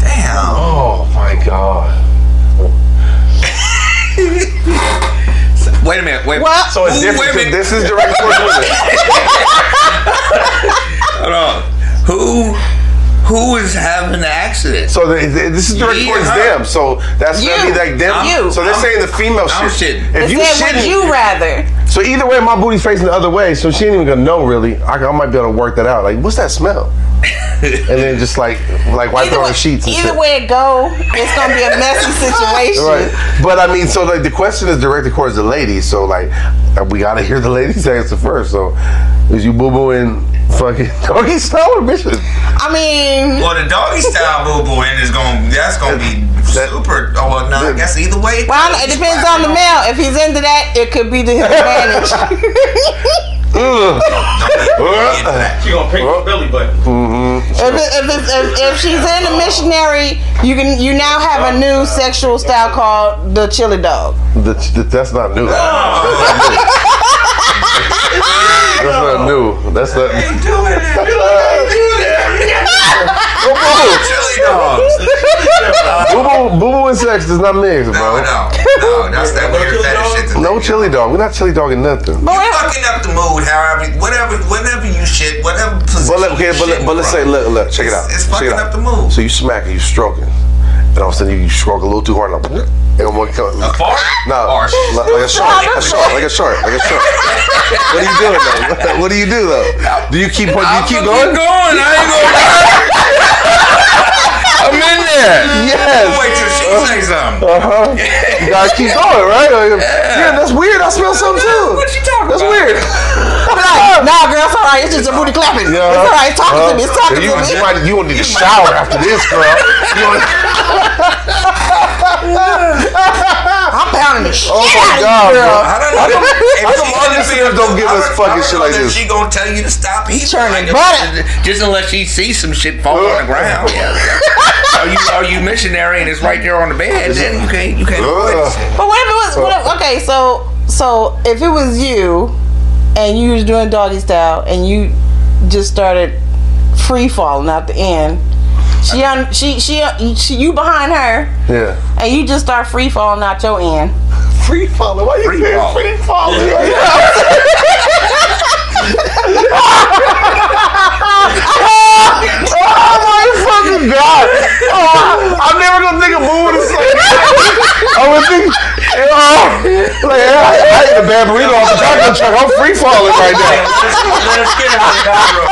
[SPEAKER 3] Damn.
[SPEAKER 1] Oh my God.
[SPEAKER 3] Wait a minute. Wait.
[SPEAKER 2] Well,
[SPEAKER 1] So it's
[SPEAKER 3] Ooh,
[SPEAKER 1] different.
[SPEAKER 3] wait a minute.
[SPEAKER 1] This is directed towards women.
[SPEAKER 3] Hold on. Who, who is having the accident?
[SPEAKER 1] So the, the- this is directed
[SPEAKER 3] Yeah.
[SPEAKER 1] towards them. So that's
[SPEAKER 2] You.
[SPEAKER 1] gonna be like them.
[SPEAKER 2] You.
[SPEAKER 1] So they're
[SPEAKER 3] I'm-
[SPEAKER 1] saying the female
[SPEAKER 3] I'm
[SPEAKER 1] shit.
[SPEAKER 3] shitting.
[SPEAKER 1] If
[SPEAKER 2] it
[SPEAKER 1] you
[SPEAKER 2] said, would
[SPEAKER 1] shitting,
[SPEAKER 2] you rather?
[SPEAKER 1] so either way, my booty's facing the other way. So she ain't even gonna know really. I, I might be able to work that out. Like, what's that smell? and then just like like wipe it
[SPEAKER 2] Either,
[SPEAKER 1] on
[SPEAKER 2] way,
[SPEAKER 1] the sheets and
[SPEAKER 2] either
[SPEAKER 1] shit.
[SPEAKER 2] way it go, it's gonna be a messy situation.
[SPEAKER 1] Right. But I mean, so like the question is directed towards the ladies. So like we gotta hear the ladies answer first. So is you boo booing fucking doggy style or mission?
[SPEAKER 2] I mean,
[SPEAKER 3] Well, the doggy style boo boo in is going. to That's going to be
[SPEAKER 1] That-
[SPEAKER 3] super. Oh well, no. I guess either way.
[SPEAKER 2] well, it depends on the male. If he's into that, it could be to his advantage.
[SPEAKER 1] Ugh. Mm-hmm.
[SPEAKER 4] She gonna pick
[SPEAKER 1] Well.
[SPEAKER 4] your belly button.
[SPEAKER 2] If, it, if, it's if, if she's in the missionary, you can you now have a new sexual style called the chili dog.
[SPEAKER 3] Oh,
[SPEAKER 1] The- the- that's not new. That's not do. That's the.
[SPEAKER 3] Ain't doing that. You ain't doing
[SPEAKER 1] Boo
[SPEAKER 3] Chili dogs.
[SPEAKER 1] boo, boo boo, and sex does not mix,
[SPEAKER 3] No,
[SPEAKER 1] bro.
[SPEAKER 3] no, no. That's that weird fetish shit. that
[SPEAKER 1] No
[SPEAKER 3] they-
[SPEAKER 1] chili dog. We're not chili dogging nothing.
[SPEAKER 2] But
[SPEAKER 3] You
[SPEAKER 2] what-
[SPEAKER 3] fucking up the mood, however, whatever, whatever you shit, whatever position.
[SPEAKER 1] But look, okay,
[SPEAKER 3] you
[SPEAKER 1] but,
[SPEAKER 3] shitting
[SPEAKER 1] let, but let's say,
[SPEAKER 3] from.
[SPEAKER 1] look, look, check it out.
[SPEAKER 3] It's, it's
[SPEAKER 1] Check it
[SPEAKER 3] fucking
[SPEAKER 1] out.
[SPEAKER 3] up the mood.
[SPEAKER 1] So you smack it, you stroking, and all of a sudden you, you stroke a little too hard, and I'm- and one comes.
[SPEAKER 3] A fart?
[SPEAKER 1] No,
[SPEAKER 3] Or
[SPEAKER 1] like, like a shark, like a shark, like a shark, like a shark. what are you doing though? What do you do though? Do you keep? Do you keep going?
[SPEAKER 3] I ain't going.
[SPEAKER 1] I'm in there.
[SPEAKER 3] to
[SPEAKER 1] Yes.
[SPEAKER 3] wait till she say something.
[SPEAKER 1] Uh huh. You gotta keep going, right? Or you're- Yeah, that's weird. I smell something too.
[SPEAKER 3] What you talking
[SPEAKER 1] That's
[SPEAKER 3] about?
[SPEAKER 1] weird.
[SPEAKER 2] Like, nah, girl, it's all right. It's just a booty clapping.
[SPEAKER 1] Yeah. Uh,
[SPEAKER 2] It's all right. It's talking to me. Uh-huh. It's talking
[SPEAKER 1] you,
[SPEAKER 2] to me.
[SPEAKER 1] You, might, you gonna need a shower after this, girl. You gonna-
[SPEAKER 2] I'm pounding the shit
[SPEAKER 1] oh
[SPEAKER 2] out
[SPEAKER 1] my
[SPEAKER 2] of
[SPEAKER 1] god, bro.
[SPEAKER 2] you, girl.
[SPEAKER 3] I don't
[SPEAKER 1] How
[SPEAKER 3] know.
[SPEAKER 1] come-
[SPEAKER 3] If
[SPEAKER 1] how
[SPEAKER 3] she
[SPEAKER 1] come all
[SPEAKER 3] gonna
[SPEAKER 1] the
[SPEAKER 3] be
[SPEAKER 1] singers
[SPEAKER 3] a-
[SPEAKER 1] don't give
[SPEAKER 3] I
[SPEAKER 1] us
[SPEAKER 3] don't-
[SPEAKER 1] fucking
[SPEAKER 3] I don't
[SPEAKER 1] shit like
[SPEAKER 3] know if
[SPEAKER 1] this?
[SPEAKER 3] She gonna tell you to stop eating.
[SPEAKER 2] Churning
[SPEAKER 3] like,
[SPEAKER 2] butter.
[SPEAKER 3] Just unless she sees some shit fall on the ground. are you are you missionary and it's right there on the bed? Then you can't you can't.
[SPEAKER 1] Ugh.
[SPEAKER 2] But what if it was? What if, okay, so so if it was you, and you was doing doggy style, and you just started free falling out the end. She on she she, she you behind her,
[SPEAKER 1] Yeah.
[SPEAKER 2] and you just start free falling out your end.
[SPEAKER 1] Free falling. Why you free saying
[SPEAKER 3] fall.
[SPEAKER 1] free falling? oh my fucking god! Oh, I'm never gonna think of moving the same. I would think, oh, like I, I ate a bad burrito off the taco truck. I'm free falling right now.
[SPEAKER 3] Leonard Skinner thing, bro.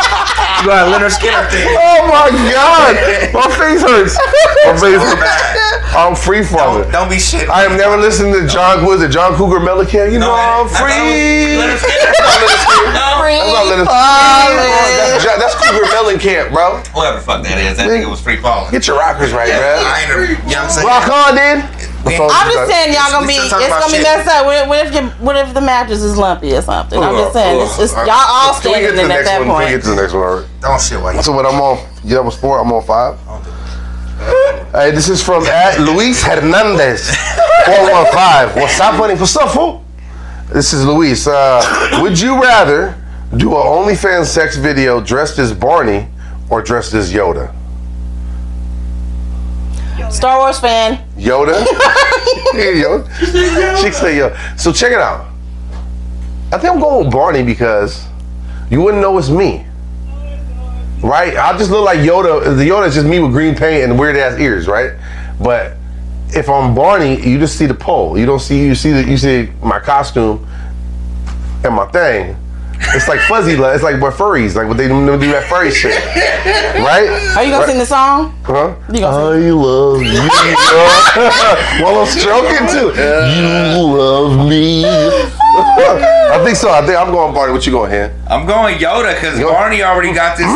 [SPEAKER 3] You got a Leonard Skinner thing.
[SPEAKER 1] Oh my god! My face hurts. My face hurts. I'm free falling.
[SPEAKER 3] Don't, don't be shit.
[SPEAKER 1] I am never listening to John. Who is it? John Cougar Mellencamp. You know I'm free.
[SPEAKER 3] Leonard Skinner.
[SPEAKER 2] Free
[SPEAKER 1] That's not Leonard
[SPEAKER 2] falling.
[SPEAKER 1] That's, Ja- that's Cougar Mellencamp, bro.
[SPEAKER 3] Whoever the fuck that is, that nigga was free falling.
[SPEAKER 1] Get your rockers right,
[SPEAKER 3] I
[SPEAKER 1] man.
[SPEAKER 3] ain't a, you know what I'm saying?
[SPEAKER 1] Rock on, then.
[SPEAKER 2] I'm just saying y'all gonna
[SPEAKER 3] We
[SPEAKER 2] be
[SPEAKER 3] still
[SPEAKER 2] it's
[SPEAKER 3] talking
[SPEAKER 2] gonna
[SPEAKER 3] about
[SPEAKER 2] be
[SPEAKER 3] shit.
[SPEAKER 2] messed up. What if, what if your what if the mattress is lumpy or something? I'm just saying it's, it's
[SPEAKER 1] Ugh.
[SPEAKER 2] y'all all
[SPEAKER 1] uh, Can we get to
[SPEAKER 2] standing
[SPEAKER 1] the
[SPEAKER 2] in at
[SPEAKER 1] next
[SPEAKER 2] that
[SPEAKER 1] one? Can we get
[SPEAKER 2] point.
[SPEAKER 1] to the next one? already?
[SPEAKER 3] Don't shit while you
[SPEAKER 1] So what I'm on? Yeah, that was four. I'm on five. Hey, this is from at Luis Hernandez, four one five. What's up, honey? What's up, fool? This is Luis. Uh, would you rather do a OnlyFans sex video dressed as Barney or dressed as Yoda?
[SPEAKER 2] Star Wars fan.
[SPEAKER 1] Yoda. Hey, Yoda. She said Yoda. So check it out. I think I'm going with Barney because you wouldn't know it's me. Right? I just look like Yoda. The Yoda is just me with green paint and weird ass ears, right? But if I'm Barney, you just see the pole. You don't see you see the, you see my costume and my thing. It's like fuzzy, like- it's like what furries, like what they do that furry shit, right?
[SPEAKER 2] Are you gonna
[SPEAKER 1] Right.
[SPEAKER 2] sing the song?
[SPEAKER 1] Huh?
[SPEAKER 2] You gonna
[SPEAKER 1] I love you. girl. While I'm stroking too. You love me. I think so. I think I'm going Barney. What you going here?
[SPEAKER 3] I'm going Yoda because
[SPEAKER 1] Yoda.
[SPEAKER 3] Barney already got this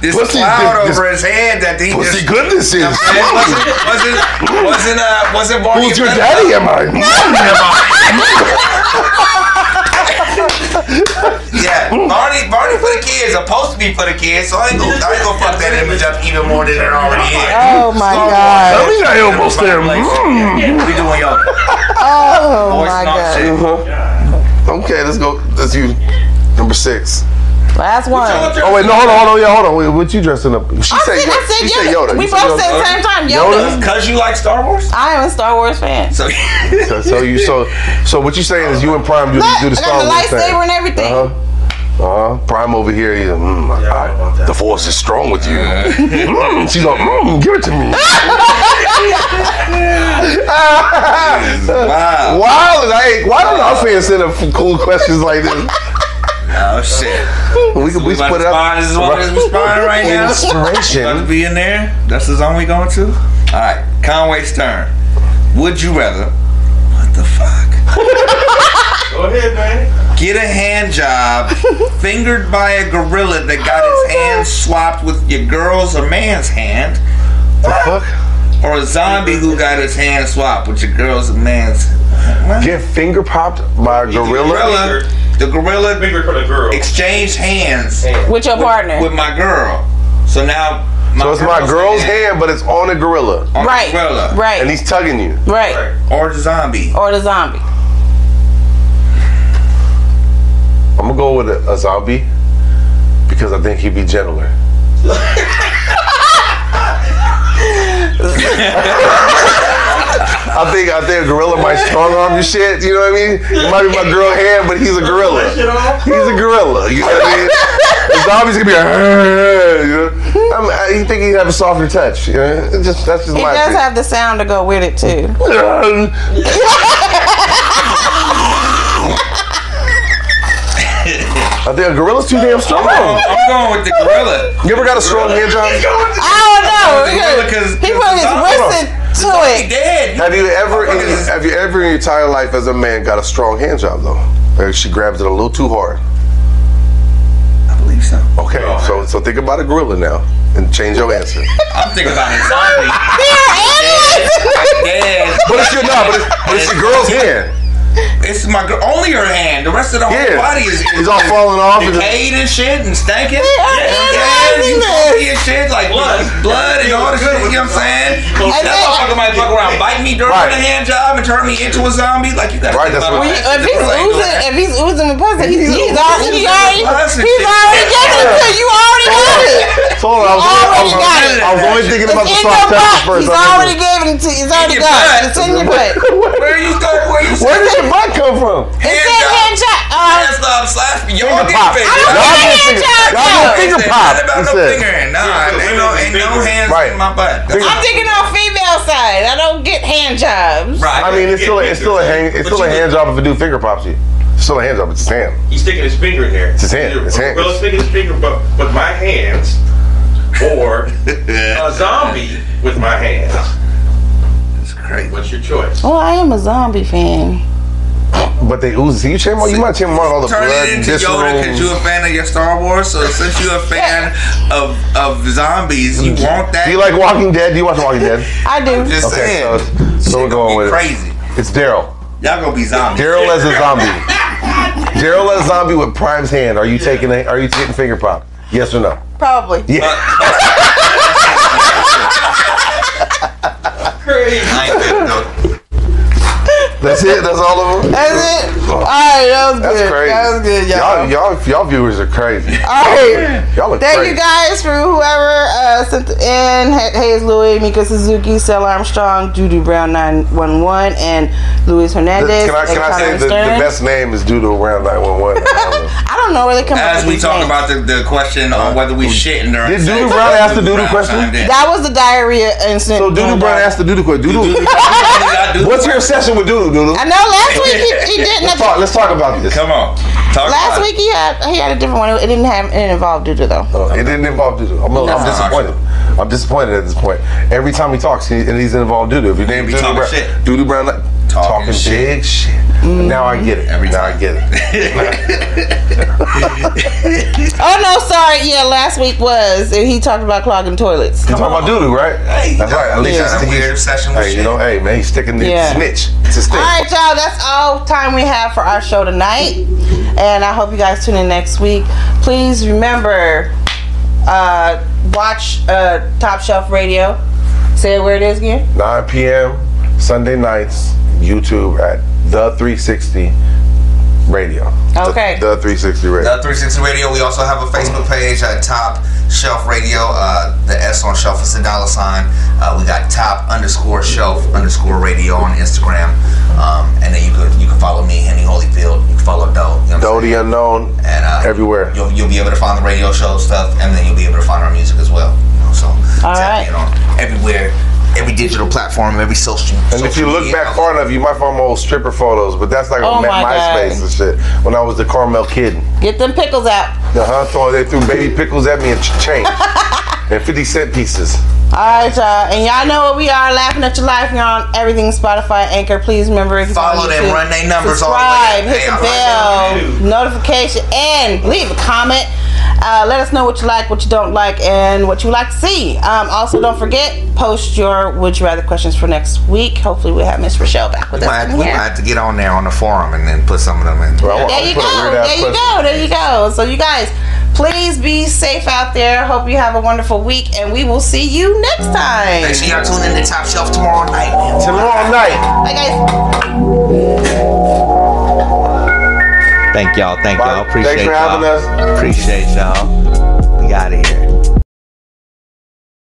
[SPEAKER 3] this
[SPEAKER 1] Pussy
[SPEAKER 3] cloud
[SPEAKER 1] did this-
[SPEAKER 3] over his head that he
[SPEAKER 1] Pussy
[SPEAKER 3] just.
[SPEAKER 1] goodness is.
[SPEAKER 3] And it wasn't wasn't wasn't uh wasn't Barney?
[SPEAKER 1] Who's your
[SPEAKER 3] a-
[SPEAKER 1] daddy? Am I? Mm,
[SPEAKER 3] Yeah, Barney Barney for the kids. Supposed to be for the kids, so I ain't gonna I ain't gonna fuck that image up even more than it already is.
[SPEAKER 2] Oh my
[SPEAKER 3] Star Wars.
[SPEAKER 2] God.
[SPEAKER 1] I mean, I almost there. Mm.
[SPEAKER 3] Yeah, we doing Yoda.
[SPEAKER 2] Oh
[SPEAKER 3] Voice
[SPEAKER 2] my
[SPEAKER 3] not
[SPEAKER 2] god.
[SPEAKER 3] shit.
[SPEAKER 1] Mm. Uh-huh. Okay, let's go. That's you. Number six.
[SPEAKER 2] Last one.
[SPEAKER 1] Oh wait, no, hold on, hold on, yeah, hold on. Wait, what you dressing up? She
[SPEAKER 2] I
[SPEAKER 1] said,
[SPEAKER 2] said,
[SPEAKER 1] Yoda. She said Yoda.
[SPEAKER 2] Oh, I said Yoda. We
[SPEAKER 1] You
[SPEAKER 2] both
[SPEAKER 1] said Yoda.
[SPEAKER 2] said at the same time Yoda.
[SPEAKER 1] Yoda?
[SPEAKER 3] Cause you like Star Wars,
[SPEAKER 2] I am a Star Wars fan.
[SPEAKER 3] so
[SPEAKER 1] So, so you so so what you saying is you and Prime do,
[SPEAKER 2] Look,
[SPEAKER 1] do the
[SPEAKER 2] I
[SPEAKER 1] Star
[SPEAKER 2] got the
[SPEAKER 1] Wars thing.
[SPEAKER 2] lightsaber and everything.
[SPEAKER 1] Uh huh. Uh huh. Prime over here. He's, mm, I- I- the force is strong with you. Mm, she's like, mm, give it to me.
[SPEAKER 3] wow.
[SPEAKER 1] Why did I? Why don't our fans send up cool questions like this?
[SPEAKER 3] Oh shit.
[SPEAKER 1] We could we
[SPEAKER 3] about
[SPEAKER 1] put
[SPEAKER 3] to
[SPEAKER 1] it up.
[SPEAKER 3] spawn- This is what we're spawning right now. About to
[SPEAKER 1] Inspiration.
[SPEAKER 3] be in there. That's the zone we going to. All right, Conway Stern. Would you rather? What the fuck?
[SPEAKER 4] Go ahead, man.
[SPEAKER 3] Get a hand job fingered by a gorilla that got
[SPEAKER 2] Oh,
[SPEAKER 3] his hand swapped with your girl's or man's hand,
[SPEAKER 1] The fuck?
[SPEAKER 3] or a zombie who got his hand swapped with your girl's or man's.
[SPEAKER 1] Get finger popped by a gorilla.
[SPEAKER 3] gorilla. The gorilla
[SPEAKER 4] Bigger for the girl.
[SPEAKER 3] exchanged hands
[SPEAKER 2] With your partner.
[SPEAKER 3] with my girl. So now.
[SPEAKER 1] So it's my girl's hand, but it's on a gorilla,
[SPEAKER 3] on the
[SPEAKER 2] right.
[SPEAKER 3] Gorilla.
[SPEAKER 2] Right. Oh.
[SPEAKER 1] and he's tugging you.
[SPEAKER 2] right.
[SPEAKER 3] Or the zombie.
[SPEAKER 2] Or the zombie.
[SPEAKER 1] I'm gonna go with a, a zombie because I think he'd be gentler. I think I think a gorilla might strong arm your shit. You know what I mean? It might be my girl hand, but he's a gorilla.
[SPEAKER 4] Shit off.
[SPEAKER 1] He's a gorilla. You know what I mean? The zombie's gonna be like, "Arr," you know. I'm, I, you think he'd have a softer touch? You know? It's just that's just
[SPEAKER 2] It
[SPEAKER 1] my.
[SPEAKER 2] does
[SPEAKER 1] opinion.
[SPEAKER 2] have the sound to go with it too.
[SPEAKER 1] I think a gorilla's too damn strong.
[SPEAKER 3] I'm going with the gorilla.
[SPEAKER 1] You ever got a strong hand job?
[SPEAKER 2] I don't know.
[SPEAKER 3] Because-
[SPEAKER 2] He put his
[SPEAKER 3] because-
[SPEAKER 2] wrist into
[SPEAKER 3] He
[SPEAKER 2] it.
[SPEAKER 3] dead.
[SPEAKER 1] Have you ever in, have you ever in your entire life as a man got a strong hand job though? Like she grabs it a little too hard.
[SPEAKER 3] I believe so.
[SPEAKER 1] Okay, so so think about a gorilla now and change your answer.
[SPEAKER 3] I'm thinking about a zombie.
[SPEAKER 2] They're aliens.
[SPEAKER 3] Dead.
[SPEAKER 1] But it's your no, but it's, but it's your girl's hand.
[SPEAKER 3] It's my gr- only her hand. The rest of the whole
[SPEAKER 1] Yeah.
[SPEAKER 3] body is
[SPEAKER 1] It's all falling off. and-
[SPEAKER 3] decayed and shit and
[SPEAKER 2] are
[SPEAKER 3] stinking. Yeah,
[SPEAKER 2] analyzing
[SPEAKER 3] you
[SPEAKER 2] this.
[SPEAKER 3] funky and shit like blood, blood and all the shit. You know what I'm saying?
[SPEAKER 2] then-
[SPEAKER 3] That motherfucker might fuck around, bite me during
[SPEAKER 1] Right.
[SPEAKER 3] the hand job and turn me into a zombie. Like you got
[SPEAKER 1] Right, that's what-
[SPEAKER 2] Well, you- if he's oozing, if he's oozing with pussy, he's, he's, already, he already,
[SPEAKER 3] Pussy
[SPEAKER 2] he's
[SPEAKER 3] shit.
[SPEAKER 2] already getting it. to you. You already got it.
[SPEAKER 1] So hold on, I was, I was,
[SPEAKER 2] Already got it.
[SPEAKER 1] I was only thinking about the
[SPEAKER 2] It's in
[SPEAKER 1] soft
[SPEAKER 2] your
[SPEAKER 1] touches
[SPEAKER 2] butt.
[SPEAKER 1] first.
[SPEAKER 2] He's
[SPEAKER 1] I was
[SPEAKER 2] already giving it to. He's already
[SPEAKER 3] your
[SPEAKER 2] got it.
[SPEAKER 3] butt.
[SPEAKER 2] It's in your butt.
[SPEAKER 3] Where you start? Where you
[SPEAKER 1] Where
[SPEAKER 3] start?
[SPEAKER 1] did your butt come from?
[SPEAKER 2] It's in
[SPEAKER 3] Hand job.
[SPEAKER 2] hand job. Uh,
[SPEAKER 3] Hand job slash me. Y'all
[SPEAKER 1] Finger
[SPEAKER 3] get
[SPEAKER 1] pop.
[SPEAKER 3] faded.
[SPEAKER 1] I don't
[SPEAKER 3] Y'all
[SPEAKER 1] get a
[SPEAKER 3] get faded.
[SPEAKER 1] finger- y'all get a finger
[SPEAKER 3] Ain't
[SPEAKER 1] pop,
[SPEAKER 3] nothing
[SPEAKER 1] he
[SPEAKER 3] About no
[SPEAKER 1] said.
[SPEAKER 3] finger in. Nah, ain't no, ain't no hands
[SPEAKER 1] Right.
[SPEAKER 3] in my butt. That's
[SPEAKER 2] I'm thinking on female side. I don't get hand jobs.
[SPEAKER 3] right.
[SPEAKER 1] I mean, it's still a, it's still a hand it's
[SPEAKER 3] But
[SPEAKER 1] still a
[SPEAKER 3] you-
[SPEAKER 1] hand job if a dude finger pops you. It's still a hand job. It's his hand.
[SPEAKER 4] He's sticking his finger in there.
[SPEAKER 1] It's his hand. It's his hand.
[SPEAKER 4] Well, stick his finger, but with my hands, or a zombie with my hands.
[SPEAKER 3] It's crazy.
[SPEAKER 4] What's your choice?
[SPEAKER 2] Well, Oh, I am a zombie fan.
[SPEAKER 1] But they ooze. See, you channel, you might channel all the
[SPEAKER 3] Turn
[SPEAKER 1] blood,
[SPEAKER 3] it into
[SPEAKER 1] visceral.
[SPEAKER 3] Yoda because you a fan of your Star Wars. So since you a fan of of zombies, you want that.
[SPEAKER 1] Mm-hmm. Do you like Walking Dead? Do you watch Walking Dead?
[SPEAKER 2] I do.
[SPEAKER 3] Just
[SPEAKER 1] Okay,
[SPEAKER 3] saying.
[SPEAKER 1] so, so we're going
[SPEAKER 3] Be
[SPEAKER 1] with it.
[SPEAKER 3] crazy.
[SPEAKER 1] It's Daryl.
[SPEAKER 3] Y'all gonna be zombies.
[SPEAKER 1] Daryl as a zombie. Daryl as a zombie with Prime's hand. Are you taking? A, are you taking finger pop? Yes or
[SPEAKER 2] Uh,
[SPEAKER 1] no?
[SPEAKER 2] Probably.
[SPEAKER 3] I ain't good, though.
[SPEAKER 1] That's it. That's all of them.
[SPEAKER 2] That's it. All right, that was
[SPEAKER 1] That's
[SPEAKER 2] good.
[SPEAKER 1] crazy.
[SPEAKER 2] That was good, y'all.
[SPEAKER 1] Y'all, y'all, y'all viewers are crazy.
[SPEAKER 2] All right.
[SPEAKER 1] Y'all look
[SPEAKER 2] Thank
[SPEAKER 1] crazy.
[SPEAKER 2] you guys for whoever uh, sent in Ha- Hayes Louis, Mika Suzuki, Stella Armstrong, Judy Brown 911, and Luis Hernandez.
[SPEAKER 1] Can I, can
[SPEAKER 2] and
[SPEAKER 1] I say
[SPEAKER 2] Colin
[SPEAKER 1] the, the
[SPEAKER 2] Stern.
[SPEAKER 1] best name is due to around 911?
[SPEAKER 2] I don't know where they come up with
[SPEAKER 3] As we
[SPEAKER 2] these
[SPEAKER 3] talk
[SPEAKER 2] names.
[SPEAKER 3] about the, the question on whether we shitting during
[SPEAKER 1] Uh, Did
[SPEAKER 3] sex,
[SPEAKER 1] Doodoo Brown ask the Doodoo
[SPEAKER 3] Brown
[SPEAKER 1] question?
[SPEAKER 3] chimed in.
[SPEAKER 2] That was the diarrhea incident.
[SPEAKER 1] so Doodoo
[SPEAKER 2] going
[SPEAKER 1] Brown
[SPEAKER 2] down.
[SPEAKER 1] asked the Doodoo question. Doodoo,
[SPEAKER 3] I do.
[SPEAKER 1] what's your obsession with Doodoo, Doodoo?
[SPEAKER 2] I know last week he, he didn't.
[SPEAKER 1] Let's talk, let's talk about this.
[SPEAKER 3] Come on. Talk
[SPEAKER 2] last
[SPEAKER 3] about
[SPEAKER 2] week he had he had a different one. It didn't have it didn't involve Dudu though.
[SPEAKER 1] Uh, it didn't involve Doodoo. I'm, a- I'm
[SPEAKER 3] No.
[SPEAKER 1] disappointed. I'm disappointed at this point. Every time he talks, he, and he's involved Doodoo. If your name
[SPEAKER 3] He be
[SPEAKER 1] Doodoo
[SPEAKER 3] talking
[SPEAKER 1] Brown,
[SPEAKER 3] shit.
[SPEAKER 1] Doodoo Brown, like, talking,
[SPEAKER 3] shit.
[SPEAKER 1] big shit. Now I get it.
[SPEAKER 3] Every
[SPEAKER 1] now
[SPEAKER 3] time.
[SPEAKER 1] I get it.
[SPEAKER 2] Oh no, sorry. Yeah, last week was and he talked about clogging toilets.
[SPEAKER 1] You talking about Doodoo, right?
[SPEAKER 3] Hey,
[SPEAKER 1] That's right. At least
[SPEAKER 3] yeah.
[SPEAKER 1] he's-
[SPEAKER 3] That weird
[SPEAKER 1] he's-
[SPEAKER 3] obsession with
[SPEAKER 1] Hey, you
[SPEAKER 3] shit.
[SPEAKER 1] know, hey man, he's sticking the
[SPEAKER 2] Yeah.
[SPEAKER 1] snitch. It's a
[SPEAKER 2] All
[SPEAKER 1] snitch.
[SPEAKER 2] right, y'all. That's all time we have for our show tonight, and I hope you guys tune in next week. Please remember, uh, watch uh, Top Shelf Radio. Say where it is again.
[SPEAKER 1] 9 p.m. Sunday nights, YouTube at the 360 Radio. The-
[SPEAKER 2] Okay.
[SPEAKER 1] The, 360 Radio.
[SPEAKER 3] Uh, 360 Radio. We also have a Facebook page at Top Shelf Radio. Uh, the S on Shelf is a dollar sign. Uh, we got Top underscore Shelf underscore Radio on Instagram. Um, and then you can you can follow me, Henry Holyfield. You can follow Doe. You know what I'm
[SPEAKER 1] Though the unknown
[SPEAKER 3] saying? And uh,
[SPEAKER 1] everywhere.
[SPEAKER 3] You'll, you'll be able to find the radio show stuff, and then you'll be able to find our music as well. You know, so
[SPEAKER 2] All
[SPEAKER 3] tap in on everywhere, every digital platform, every social.
[SPEAKER 1] And if you look back far enough, you might find my old stripper photos, but that's like
[SPEAKER 2] Oh
[SPEAKER 1] on my
[SPEAKER 2] my God.
[SPEAKER 1] MySpace and shit. When I was the Carmel kid,
[SPEAKER 2] Get them pickles out.
[SPEAKER 1] the huh? Throw, they threw baby pickles at me and ch- change and 50 cent pieces.
[SPEAKER 2] All right, y'all. And y'all know what we are laughing at your life. You're on everything Spotify, Anchor. Please remember if you
[SPEAKER 3] Follow them, run they numbers all the way.
[SPEAKER 2] Subscribe, hit the
[SPEAKER 3] Damn,
[SPEAKER 2] bell,
[SPEAKER 3] right
[SPEAKER 2] notification, and leave a comment. Uh, let us know what you like, what you don't like, and what you would like to see. Um, also, don't forget post your would you rather questions for next week. Hopefully, we'll have Miss Rochelle back with
[SPEAKER 3] we might,
[SPEAKER 2] us.
[SPEAKER 3] we might
[SPEAKER 2] Here.
[SPEAKER 3] have to get on there on the forum and then put some of them in.
[SPEAKER 1] Bro, I want-
[SPEAKER 2] There
[SPEAKER 1] Oh, I
[SPEAKER 2] you
[SPEAKER 1] put a
[SPEAKER 2] go.
[SPEAKER 1] weird-ass
[SPEAKER 2] There you
[SPEAKER 1] question.
[SPEAKER 2] go. There you go. So, you guys, please be safe out there. Hope you have a wonderful week, and we will see you next time.
[SPEAKER 3] Make sure y'all tune in to Top Shelf tomorrow night. man.
[SPEAKER 1] Tomorrow night.
[SPEAKER 2] Bye, guys.
[SPEAKER 7] Thank y'all. Thank y'all. Appreciate
[SPEAKER 1] Thanks for
[SPEAKER 7] y'all.
[SPEAKER 1] having us.
[SPEAKER 7] Appreciate y'all.
[SPEAKER 3] We out of here.